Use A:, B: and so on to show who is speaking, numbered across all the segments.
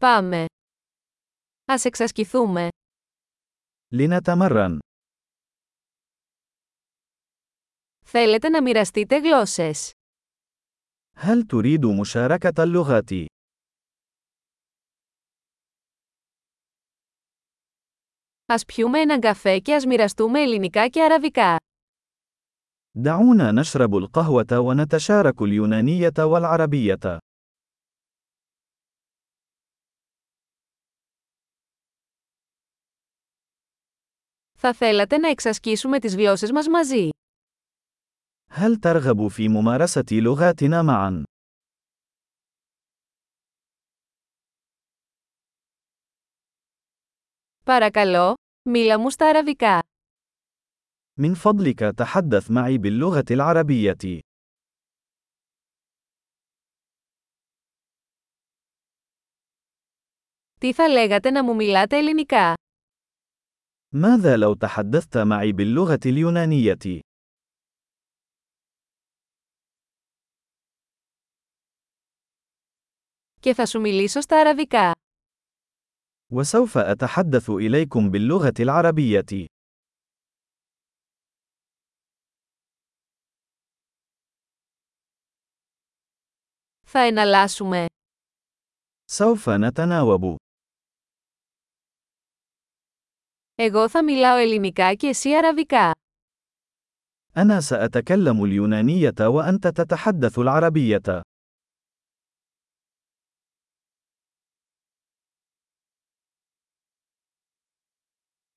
A: Πάμε. Ας εξασκηθούμε.
B: لنتمرن.
A: Θέλετε να μοιραστείτε γλώσσες.
B: هل تريد مشاركة اللغات؟
A: Ας πιούμε έναν καφέ και ας μοιραστούμε ελληνικά και αραβικά.
B: دعونا نشرب القهوة ونتشارك اليونانية والعربية.
A: Θα θέλατε να εξασκήσουμε τις γλώσσες μας μαζί.
B: هل ترغب في ممارسة لغاتنا معا؟
A: Παρακαλώ, μίλα μου στα αραβικά.
B: من فضلك تحدث معي باللغة العربية.
A: Τι θα λέγατε να μου μιλάτε ελληνικά.
B: ماذا لو تحدثت معي باللغة اليونانية؟
A: Και θα σου μιλήσω στα αραβικά.
B: وسوف أتحدث إليكم باللغة العربية.
A: Θα εναλλάσσουμε.
B: سوف نتناوب.
A: Εγώ θα μιλάω ελληνικά και εσύ αραβικά.
B: أنا سأتكلم اليونانية وأنت تتحدث العربية.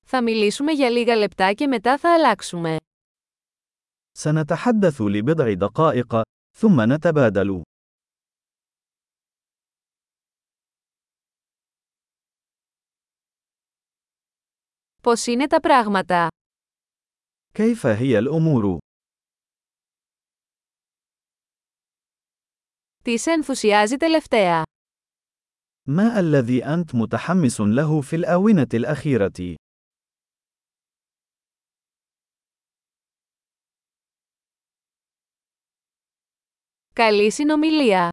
A: Θα μιλήσουμε για λίγα λεπτά και μετά θα αλλάξουμε.
B: سنتحدث لبضع دقائق، ثم نتبادل.
A: Πώς είναι τα πράγματα.
B: كيف هي الأمور؟
A: Τις σε ενθουσιάζει τελευταία.
B: ما الذي أنت متحمس له في الآونة الأخيرة؟
A: Καλή συνομιλία.